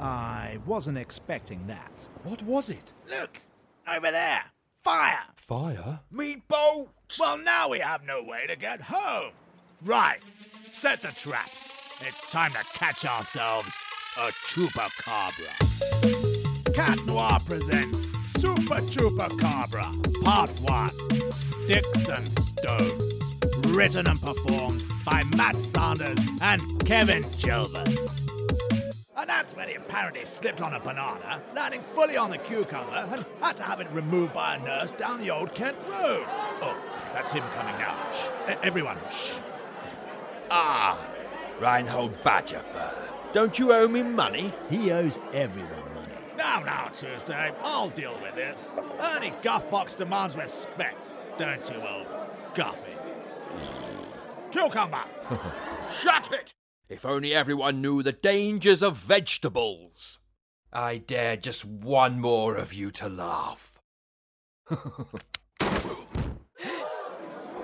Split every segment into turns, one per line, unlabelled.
I wasn't expecting that.
What was it?
Look! Over there! Fire!
Fire?
Me boat!
Well, now we have no way to get home. Right, set the traps. It's time to catch ourselves a Chupacabra. Cat Noir presents Super Chupacabra, Part 1 Sticks and Stones. Written and performed by Matt Sanders and Kevin Chilvers. And that's when he apparently slipped on a banana, landing fully on the cucumber, and had to have it removed by a nurse down the old Kent Road. Oh, that's him coming now. Shh. E- Everyone, shh.
Ah! Reinhold Badgerfur. Don't you owe me money?
He owes everyone money. Now, now, Tuesday, I'll deal with this. Ernie Guffbox demands respect, don't you, old Guffy? Cucumber!
Shut it! If only everyone knew the dangers of vegetables. I dare just one more of you to laugh.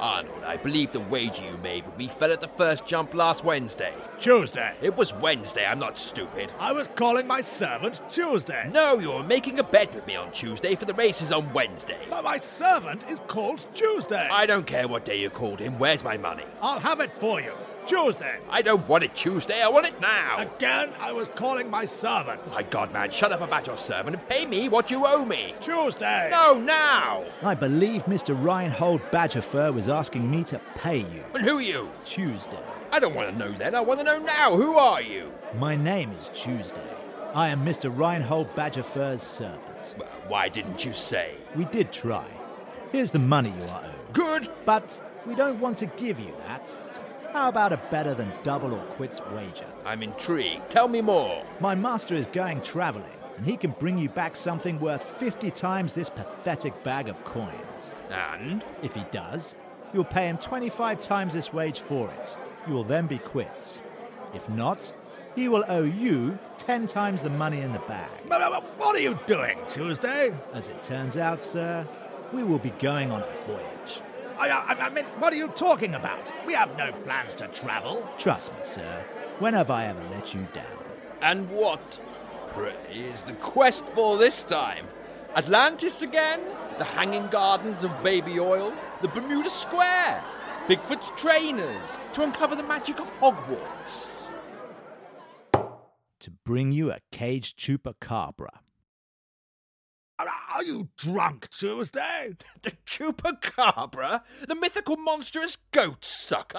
Arnold, I believe the wager you made with me fell at the first jump last Wednesday.
Tuesday!
It was Wednesday, I'm not stupid.
I was calling my servant Tuesday.
No, you're making a bet with me on Tuesday for the races on Wednesday.
But my servant is called Tuesday.
I don't care what day you called him, where's my money?
I'll have it for you. Tuesday!
I don't want it Tuesday, I want it now!
Again, I was calling my servant.
My god, man, shut up about your servant and pay me what you owe me!
Tuesday!
No, now!
I believe Mr. Reinhold Badgerfur was asking me to pay you
And who are you?
Tuesday.
I don't want to know then, I want to know now! Who are you?
My name is Tuesday. I am Mr. Reinhold Badgerfur's servant.
Well, why didn't you say?
We did try. Here's the money you are owed.
Good!
But we don't want to give you that. How about a better than double or quits wager?
I'm intrigued. Tell me more.
My master is going travelling, and he can bring you back something worth 50 times this pathetic bag of coins.
And?
If he does, you'll pay him 25 times this wage for it. You will then be quits. If not, he will owe you 10 times the money in the bag.
But, but, but What are you doing, Tuesday?
As it turns out, sir, we will be going on a voyage.
I, I, I mean, what are you talking about? We have no plans to travel.
Trust me, sir, when have I ever let you down?
And what, pray, is the quest for this time? Atlantis again? The Hanging Gardens of Baby Oil? The Bermuda Square? Bigfoot's trainers? To uncover the magic of Hogwarts?
To bring you a caged chupacabra.
Are, are you drunk, Tuesday?
The Chupacabra? The mythical monstrous goat sucker?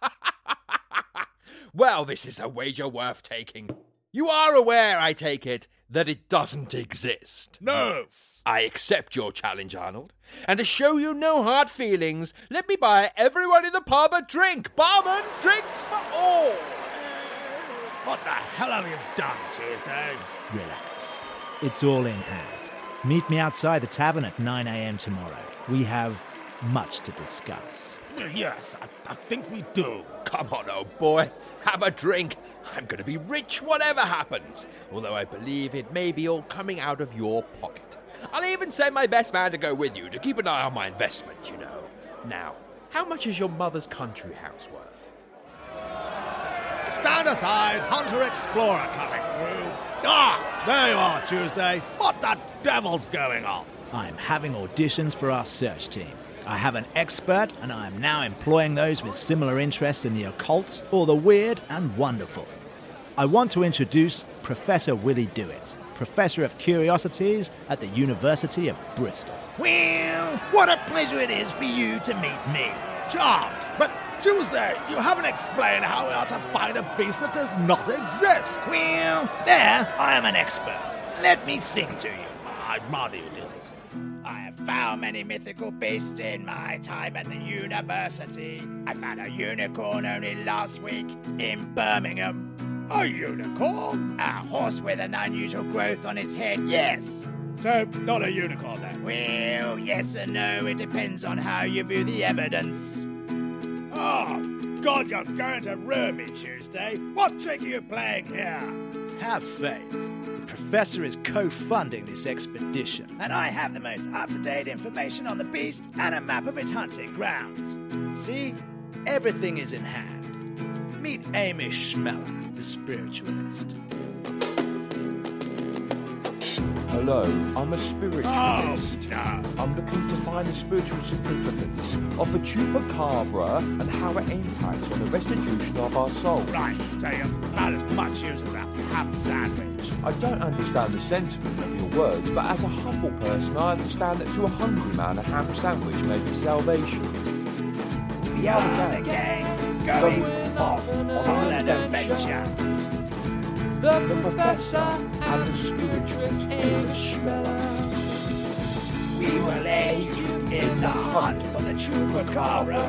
well, this is a wager worth taking. You are aware, I take it, that it doesn't exist.
No.
I accept your challenge, Arnold. And to show you no hard feelings, let me buy everyone in the pub a drink. Barman, drinks for all.
What the hell have you done, Tuesday?
Relax. It's all in hand. Meet me outside the tavern at 9 a.m. tomorrow. We have much to discuss.
Well, yes, I, I think we do.
Come on, old boy. Have a drink. I'm going to be rich whatever happens. Although I believe it may be all coming out of your pocket. I'll even send my best man to go with you to keep an eye on my investment, you know. Now, how much is your mother's country house worth?
Stand aside, Hunter Explorer coming through. Ah, there you are, Tuesday. What the devil's going on?
I'm having auditions for our search team. I have an expert, and I am now employing those with similar interest in the occult or the weird and wonderful. I want to introduce Professor Willie Dewitt, Professor of Curiosities at the University of Bristol.
Well, what a pleasure it is for you to meet me. Charmed. But Tuesday, you haven't explained how we are to find a beast that does not exist. Well, there, I am an expert. Let me sing to you. I'd rather you did it. I have found many mythical beasts in my time at the university. I found a unicorn only last week in Birmingham. A unicorn? A horse with an unusual growth on its head, yes. So, not a unicorn then? Well, yes and no. It depends on how you view the evidence. Oh, God, you're going to ruin me, Tuesday. What trick are you playing here?
Have faith. The professor is co funding this expedition.
And I have the most up to date information on the beast and a map of its hunting grounds.
See, everything is in hand. Meet Amish Schmeller, the spiritualist.
Hello, I'm a spiritualist.
no.
I'm looking to find the spiritual significance of the chupacabra and how it impacts on the restitution of our souls.
Right, so you're about as much use as a ham sandwich.
I don't understand the sentiment of your words, but as a humble person, I understand that to a hungry man, a ham sandwich may be salvation. The
Out again, going off on an adventure.
the professor and the spiritualist, Schmeller.
We will aid you in the hunt for the chupacabra.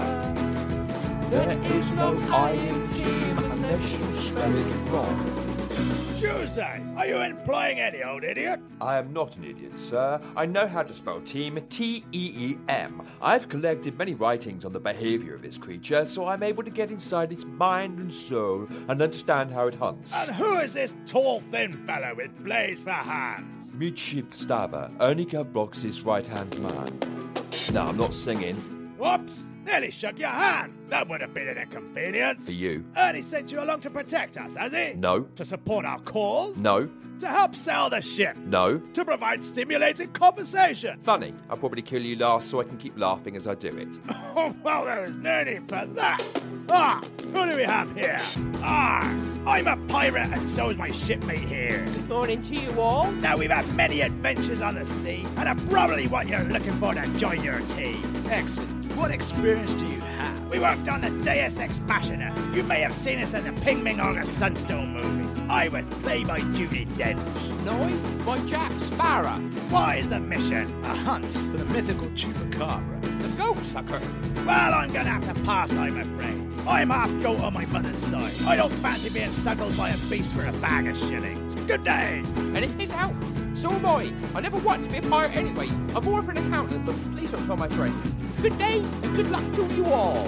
There is no I in team unless you spell it wrong.
Tuesday, are you employing any old idiot?
I am not an idiot, sir. I know how to spell team T E E M. I've collected many writings on the behavior of this creature, so I'm able to get inside its mind and soul and understand how it hunts.
And who is this tall, thin fellow with blades for hands?
Michip Stava, Ernika Brox's right hand man. No, I'm not singing.
Whoops! Nearly shook your hand. That would have been an inconvenience.
For you.
Ernie sent you along to protect us, has he?
No.
To support our cause?
No.
To help sell the ship?
No.
To provide stimulating conversation?
Funny, I'll probably kill you last so I can keep laughing as I do it.
Oh, well, there is no need for that. Ah, who do we have here? Ah, I'm a pirate and so is my shipmate here.
Morning to you all.
Now, we've had many adventures on the sea and are probably what you're looking for to join your team.
Excellent. What experience do you have?
We worked on the Deus Ex Machina. You may have seen us in the Ping Ming Honor Sunstone movie. I was played by Judy Dench.
Noi, by Jack Sparrow,
What is the mission?
A hunt for the mythical chupacabra.
the goat sucker.
Well, I'm gonna have to pass, I'm afraid. I'm half goat on my mother's side. I don't fancy being suckled by a beast for a bag of shillings. Good day.
And if he's out, so am I. I never want to be a pirate anyway. I'm more of an accountant, but please don't tell my friends. Good day and good luck to you all.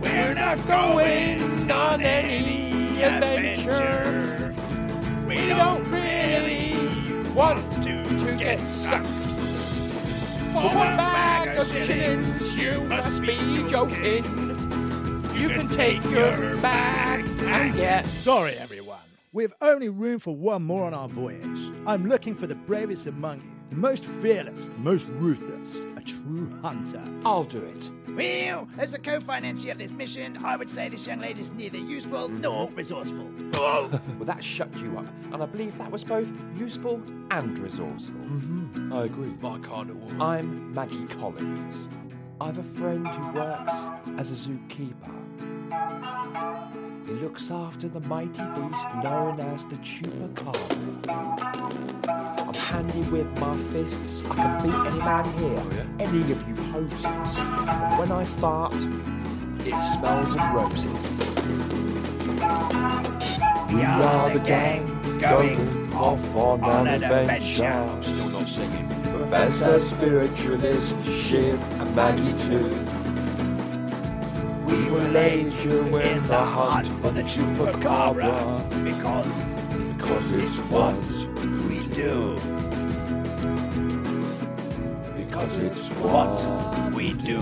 We're not going on any adventure.
adventure.
We
We
don't
don't really
really want
want
to,
to
get
get
sucked.
sucked.
For
For one bag of shillings, you must be joking. You can take your bag and get.
Sorry, everyone. We have only room for one more on our voyage. I'm looking for the bravest among you, the most fearless, the most ruthless, a true hunter.
I'll do it.
Well, as the co-financier of this mission, I would say this young lady is neither useful nor resourceful. Oh,
Well, that shut you up, and I believe that was both useful and resourceful. Mm-hmm. I agree.
My kind of woman.
I'm Maggie Collins. I've a friend who works as a zookeeper. He looks after the mighty beast known as the chupacabra. I'm handy with my fists. I can beat any man here, any of you hoses. But when I fart, it smells of roses. We are the gang going off on an adventure.
Still not singing.
Professor Spiritualist Shiv and Maggie too. We will aid you in the hunt for the chupacabra
because
because it's what
we do
because it's what.
what we do.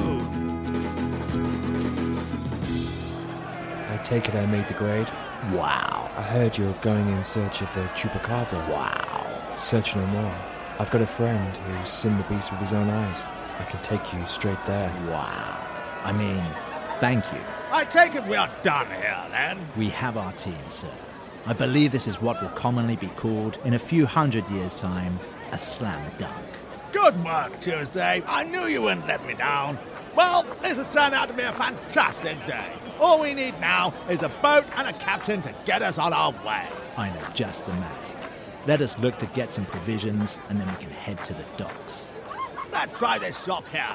I take it I made the grade.
Wow.
I heard you're going in search of the chupacabra.
Wow.
Search no more. I've got a friend who's seen the beast with his own eyes.
I can take you straight there.
Wow. I mean, thank you.
I take it we are done here then.
We have our team, sir. I believe this is what will commonly be called, in a few hundred years' time, a slam dunk.
Good work, Tuesday. I knew you wouldn't let me down. Well, this has turned out to be a fantastic day. All we need now is a boat and a captain to get us on our way.
I know just the man. Let us look to get some provisions, and then we can head to the docks.
Let's try this shop here.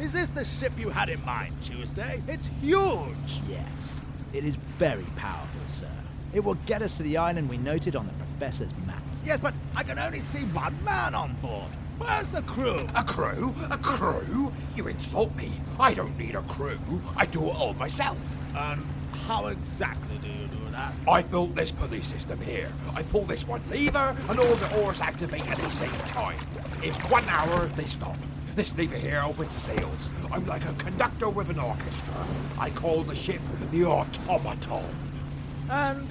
Is this the ship you had in mind, Tuesday? It's huge!
Yes, it is very powerful, sir. It will get us to the island we noted on the professor's map.
Yes, but I can only see one man on board. Where's the crew?
A crew? A crew? You insult me. I don't need a crew. I do it all myself.
Um, how exactly do you do that?
I built this police system here. I pull this one lever, and all the oars activate at the same time. In one hour, they stop. This lever here opens the sails. I'm like a conductor with an orchestra. I call the ship the automaton.
And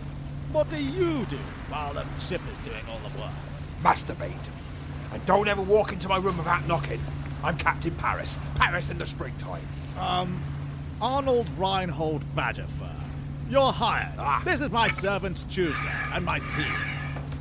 what do you do while the ship is doing all the work?
Masturbate. And don't ever walk into my room without knocking. I'm Captain Paris. Paris in the springtime.
Um, Arnold Reinhold Badgerfur. You're hired.
Ah.
This is my servant Tuesday and my team.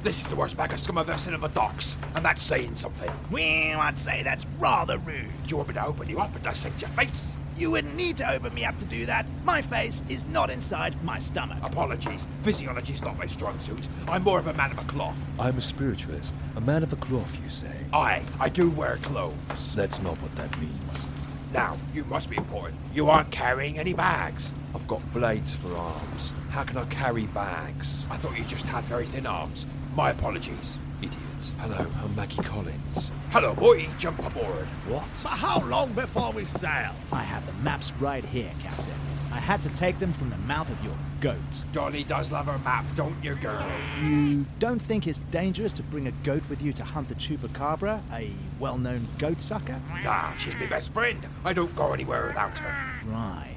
This is the worst bag of scum I've ever seen in the docks, and that's saying something.
We would say that's rather rude.
Do you want me to open you up and dissect your face?
You wouldn't need to open me up to do that. My face is not inside my stomach.
Apologies, physiology's not my strong suit. I'm more of a man of a cloth.
I'm a spiritualist, a man of the cloth, you say.
I, I do wear clothes.
That's not what that means.
Now, you must be important. You aren't carrying any bags.
I've got blades for arms. How can I carry bags?
I thought you just had very thin arms. My apologies.
Idiot. Hello, I'm Maggie Collins.
Hello, boy, jump aboard.
What?
But how long before we sail?
I have the maps right here, Captain. I had to take them from the mouth of your goat.
Dolly does love her map, don't you, girl?
You don't think it's dangerous to bring a goat with you to hunt the chupacabra, a well known goat sucker?
Ah, she's my best friend. I don't go anywhere without her.
Right.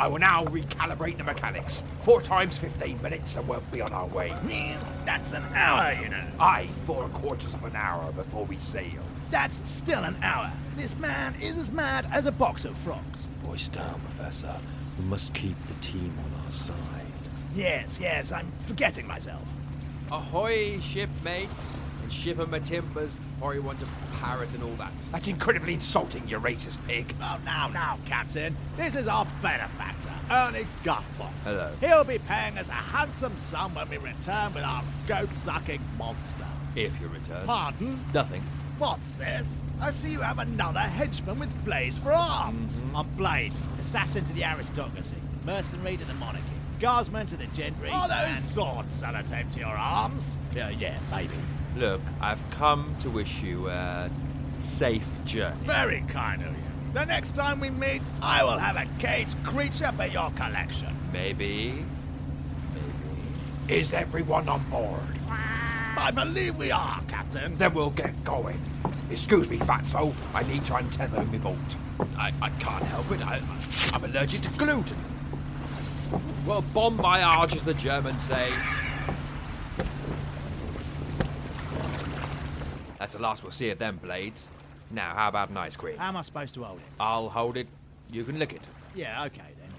I will now recalibrate the mechanics. Four times 15 minutes and we'll be on our way.
That's an hour, you know.
Aye, four quarters of an hour before we sail.
That's still an hour. This man is as mad as a box of frogs.
Voice down, Professor. We must keep the team on our side.
Yes, yes, I'm forgetting myself.
Ahoy, shipmates, and shiver my timbers, or you want to parrot and all that.
That's incredibly insulting, you racist pig.
Oh, now, now, Captain. This is our benefactor, Ernie Guffbox.
Hello.
He'll be paying us a handsome sum when we return with our goat sucking monster.
If you return.
Pardon?
Nothing.
What's this? I see you Mm-hmm. have another henchman with blades for arms. On blades, assassin to the aristocracy. mercenary to the monarchy, guardsman to the gentry.
Are those
and-
swords sellotape to your arms?
Yeah, Uh, yeah, maybe.
Look, I've come to wish you a safe journey.
Very kind of you. The next time we meet, I will have a caged creature for your collection.
Maybe.
Maybe. Is everyone on board?
I believe we are, Captain.
Then we'll get going. Excuse me, Fatso. I need to untether my boat.
I, I can't help it. I, I'm allergic to gluten. Well, bon voyage, as the Germans say. That's the last we'll see of them blades. Now, how about an ice cream?
How am I supposed to hold it?
I'll hold it. You can lick it.
Yeah, okay then.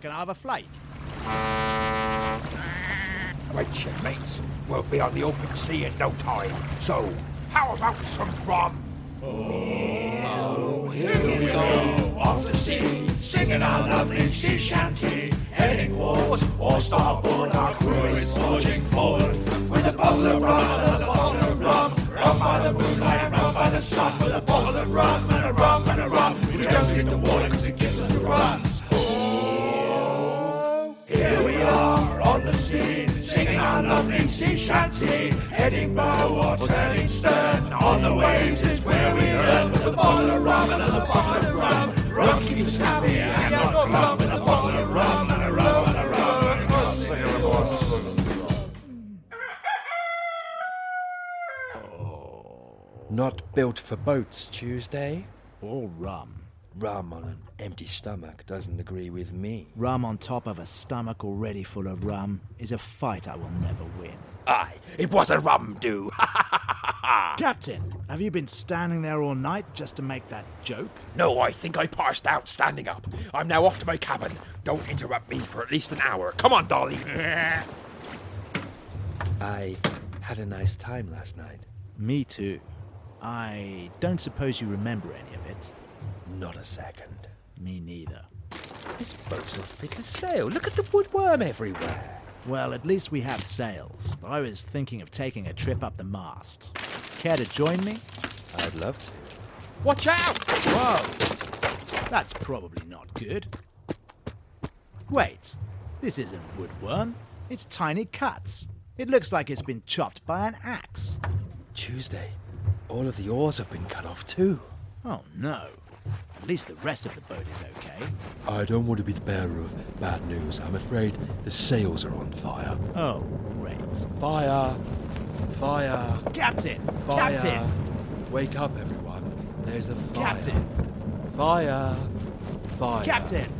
Can I have a flake?
Right, shipmates. We'll be on the open sea in no time. So, how about some rum? Oh, here we go. Off the sea, singing our lovely sea shanty. Heading wars or starboard, our crew is forging forward. With a bottle of rum and a bottle of rum. Rum by the moonlight, rum by the sun. With a bottle of rum and a rum and a rum. We don't drink the water 'cause it gives us the runs. Oh, here we are on the sea, singing our lovely sea shanty. Heading bow or turning stern. On the waves is where we earn. With a bottle of rum and a bottle of rum. Rum keeps us happy and not glum. With a bottle of rum and a rum and a rum. And we'll sail aboard swimming.
Not built for boats, Tuesday.
Or rum.
Rum on an empty stomach doesn't agree with me.
Rum on top of a stomach already full of rum is a fight I will never win.
Aye, it was a rum do.
Captain, have you been standing there all night just to make that joke?
No, I think I passed out standing up. I'm now off to my cabin. Don't interrupt me for at least an hour. Come on, Dolly.
I had a nice time last night.
Me too. I don't suppose you remember any of it.
Not a second.
Me neither.
This boat's not fit to sail. Look at the woodworm everywhere.
Well, at least we have sails. I was thinking of taking a trip up the mast. Care to join me?
I'd love to.
Watch out!
Whoa! That's probably not good. Wait, this isn't woodworm. It's tiny cuts. It looks like it's been chopped by an axe.
Tuesday. All of the oars have been cut off too.
Oh no. At least the rest of the boat is okay.
I don't want to be the bearer of bad news. I'm afraid the sails are on fire.
Oh, great.
Fire! Fire!
Captain!
Fire!
Captain!
Wake up, everyone. There's a fire.
Captain!
Fire! Fire!
Captain!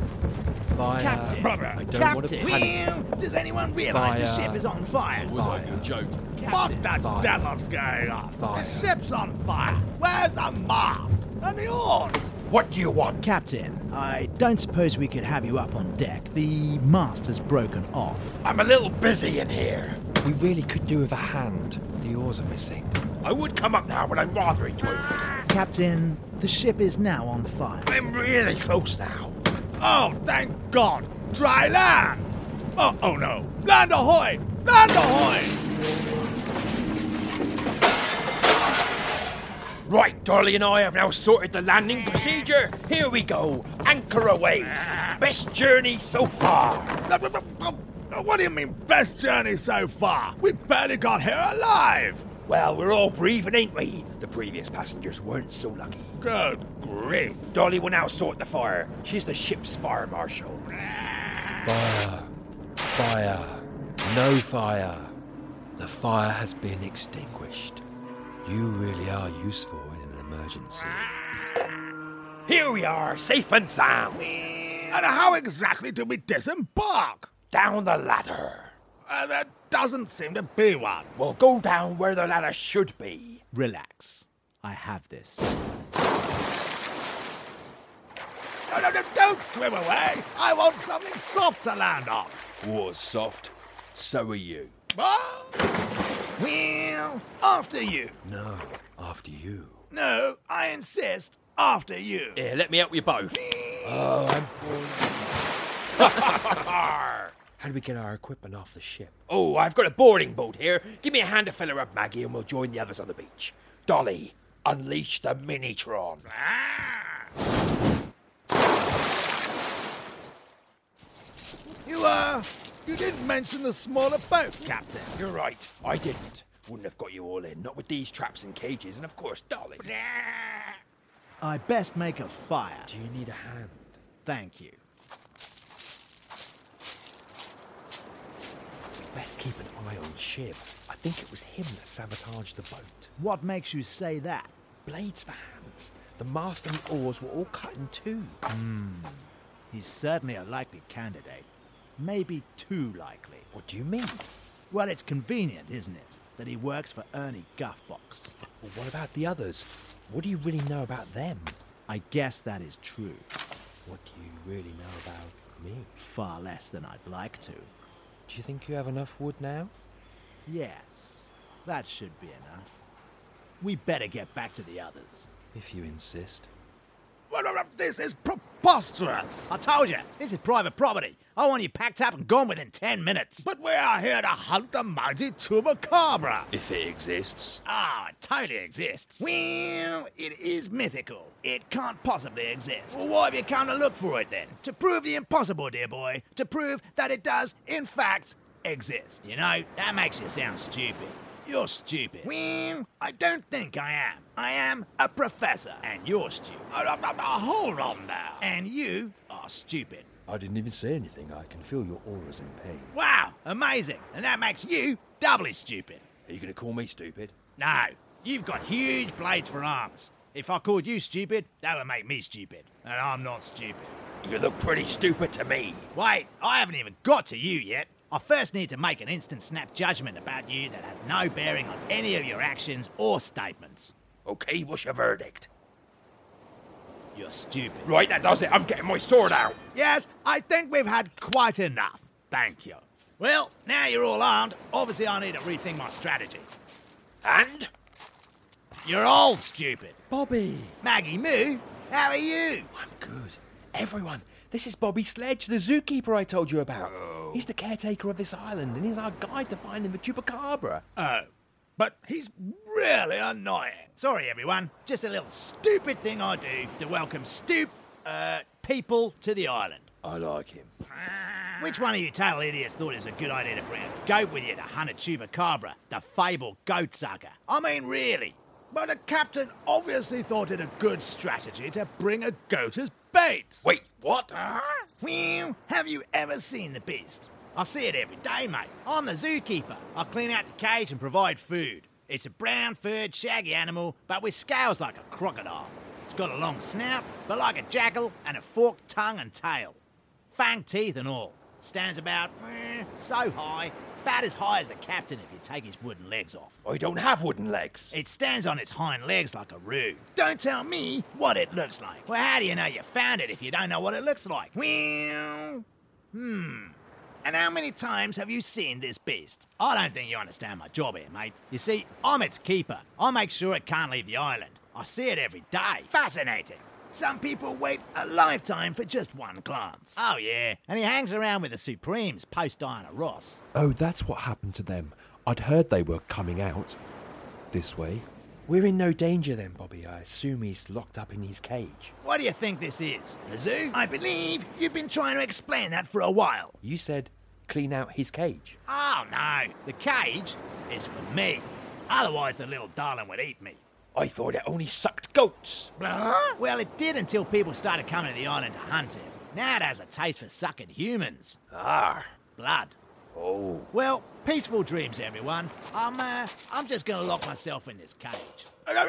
Fire!
Captain!
I don't want to
Captain!
panic.
Does anyone realise the
Fire.
ship is on fire?
Fire.
joke.
What
Captain.
the
Fire.
devil's going on?
Fire.
The ship's on fire. Where's the mast and the oars?
What do you want?
Captain, I don't suppose we could have you up on deck. The mast has broken off.
I'm a little busy in here.
We really could do with a hand. The oars are missing.
I would come up now, but I'm rather enjoying
Captain, the ship is now on fire.
I'm really close now.
Oh, thank God! Dry land. Oh, oh no! Land ahoy! Land ahoy!
Right, Dolly and I have now sorted the landing procedure. Here we go. Anchor away. Best journey so far.
What do you mean, best journey so far? We barely got here alive.
Well, we're all breathing, ain't we? The previous passengers weren't so lucky.
Good grief!
Dolly will now sort the fire. She's the ship's fire marshal.
Fire! Fire! No fire! The fire has been extinguished. You really are useful in an emergency.
Here we are, safe and sound.
And how exactly do we disembark?
Down the ladder.
Uh, there doesn't seem to be one.
We'll go down where the ladder should be.
Relax. I have this.
No, no, no, don't swim away. I want something soft to land on.
Water's soft. So are you.
Oh. Well, after you.
No, after you.
No, I insist, after you.
Eh.
Here, let me help you both.
Oh, I'm falling. How do we get our equipment off the ship?
Oh, I've got a boarding boat here. Give me a hand to fill her up, Maggie, and we'll join the others on the beach.
Dolly, unleash the Minitron.
Ah.
You, uh, you didn't mention the smaller boat, Captain.
You're right, I didn't. Wouldn't have got you all in, not with these traps and cages, and of course, Dolly.
I best make a fire.
Do you need a hand?
Thank you.
Best keep an eye on Shiv. I think it was him that sabotaged the boat.
What makes you say that?
Blades for hands. The mast and the oars were all cut in two.
Hmm. He's certainly a likely candidate. Maybe too likely.
What do you mean?
Well, it's convenient, isn't it, that he works for Ernie Guffbox.
Well, what about the others? What do you really know about them?
I guess that is true.
What do you really know about me?
Far less than I'd like to.
Do you think you have enough wood now?
Yes, that should be enough. We better get back to the others.
If you insist.
This is preposterous!
I told you, this is private property. I want you packed up and gone within ten minutes.
But we are here to hunt the mighty Chupacabra.
If it exists.
Ah, oh, it totally exists. Well, it is mythical. It can't possibly exist.
Well, why have you come to look for it then?
To prove the impossible, dear boy. To prove that it does, in fact, exist. You know, that makes you sound stupid. You're stupid.
Well, I don't think I am.
I am a professor,
and you're stupid. Oh, no, no, no, hold on now.
And you are stupid.
I didn't even say anything. I can feel your auras in pain.
Wow, amazing. And that makes you doubly stupid.
Are you going to call me stupid?
No, you've got huge blades for arms. If I called you stupid, that would make me stupid. And I'm not stupid.
You look pretty stupid to me.
Wait, I haven't even got to you yet. I first need to make an instant snap judgment about you that has no bearing on any of your actions or statements.
Okay, what's your verdict?
You're stupid.
Right, that does it. I'm getting my sword out.
Yes, I think we've had quite enough. Thank you. Well, now you're all armed, obviously I need to rethink my strategy.
And?
You're all stupid.
Bobby!
Maggie Moo, how are you?
I'm good. Everyone, this is Bobby Sledge, the zookeeper I told you about. Oh. He's the caretaker of this island, and he's our guide to finding the chupacabra.
Oh, but he's really annoying.
Sorry, everyone. Just a little stupid thing I do to welcome stoop uh, people to the island.
I like him.
Which one of you total idiots thought it was a good idea to bring a goat with you to hunt a chupacabra, the fabled goat sucker? I mean, really.
Well, the captain obviously thought it a good strategy to bring a goat as bait.
Wait, what?
Uh, well, have you ever seen the beast? I see it every day, mate. I'm the zookeeper. I clean out the cage and provide food. It's a brown furred, shaggy animal, but with scales like a crocodile. It's got a long snout, but like a jackal, and a forked tongue and tail. Fang teeth and all. Stands about eh, so high, about as high as the captain if you take his wooden legs off.
I don't have wooden legs.
It stands on its hind legs like a roo. Don't tell me what it looks like. Well, how do you know you found it if you don't know what it looks like? Well, hmm. And how many times have you seen this beast? I don't think you understand my job here, mate. You see, I'm its keeper. I make sure it can't leave the island. I see it every day. Fascinating. Some people wait a lifetime for just one glance. Oh, yeah. And he hangs around with the Supremes post Diana Ross.
Oh, that's what happened to them. I'd heard they were coming out. This way. We're in no danger then, Bobby. I assume he's locked up in his cage.
What do you think this is? The zoo? I believe you've been trying to explain that for a while.
You said clean out his cage.
Oh, no. The cage is for me. Otherwise, the little darling would eat me.
I thought it only sucked goats.
Blah? Well, it did until people started coming to the island to hunt it. Now it has a taste for sucking humans.
Ah.
Blood.
Oh.
Well, peaceful dreams, everyone. I'm, uh, I'm just gonna lock myself in this cage.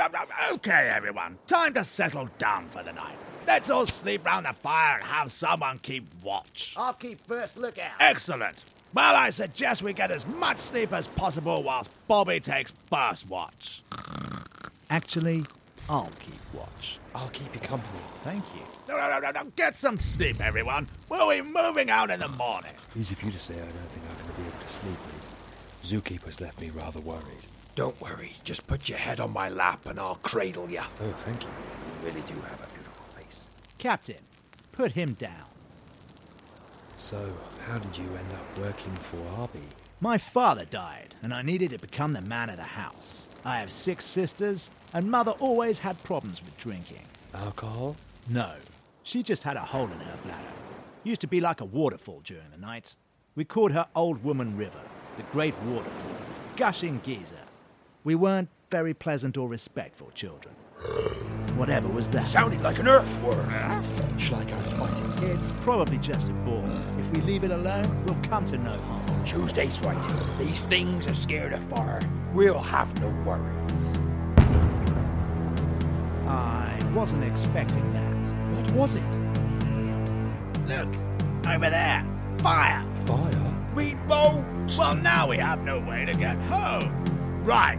Okay, everyone. Time to settle down for the night. Let's all sleep round the fire and have someone keep watch.
I'll keep first lookout.
Excellent. Well, I suggest we get as much sleep as possible whilst Bobby takes first watch.
Actually, I'll keep watch.
I'll keep you company.
Thank you.
No, no, no, no, Get some sleep, everyone. We'll be moving out in the morning.
Easy for you to say. I don't think I'm going to be able to sleep. Zookeeper's left me rather worried.
Don't worry. Just put your head on my lap and I'll cradle you.
Oh, thank you.
You really do have a beautiful face.
Captain, put him down.
So, how did you end up working for Arby?
My father died, and I needed to become the man of the house. I have six sisters, and mother always had problems with drinking.
Alcohol?
No. She just had a hole in her bladder.
Used to be like a waterfall during the night. We called her Old Woman River, the Great Waterfall, gushing geyser. We weren't very pleasant or respectful children. Whatever was that?
Sounded like an earthworm.
Shall I go and fight it?
It's probably just a ball. If we leave it alone, we'll come to no harm.
Tuesday's right. These things are scared of fire. We'll have no worries.
I wasn't expecting that.
What was it?
Look, over there. Fire.
Fire?
We both.
Well, now we have no way to get home. Right.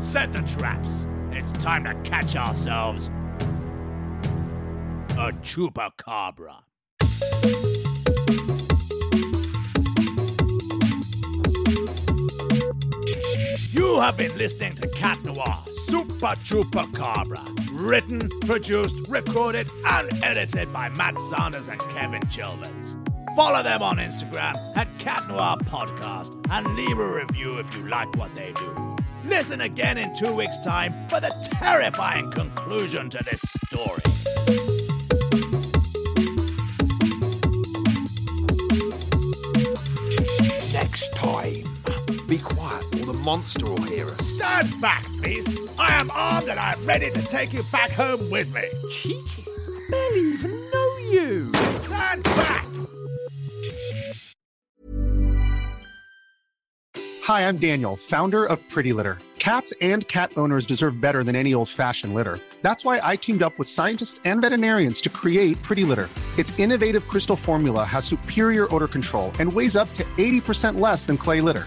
Set the traps. It's time to catch ourselves a chupacabra. You have been listening to Cat Noir Super Chupacabra. Written, produced, recorded, and edited by Matt Sanders and Kevin Childers. Follow them on Instagram at Cat Noir Podcast and leave a review if you like what they do. Listen again in two weeks' time for the terrifying conclusion to this story.
Next time.
Be quiet, or the monster will hear us.
Stand back, please. I am armed and I'm ready to take you back home with me.
Cheeky. I barely even know you.
Stand back.
Hi, I'm Daniel, founder of Pretty Litter. Cats and cat owners deserve better than any old fashioned litter. That's why I teamed up with scientists and veterinarians to create Pretty Litter. Its innovative crystal formula has superior odor control and weighs up to 80% less than clay litter.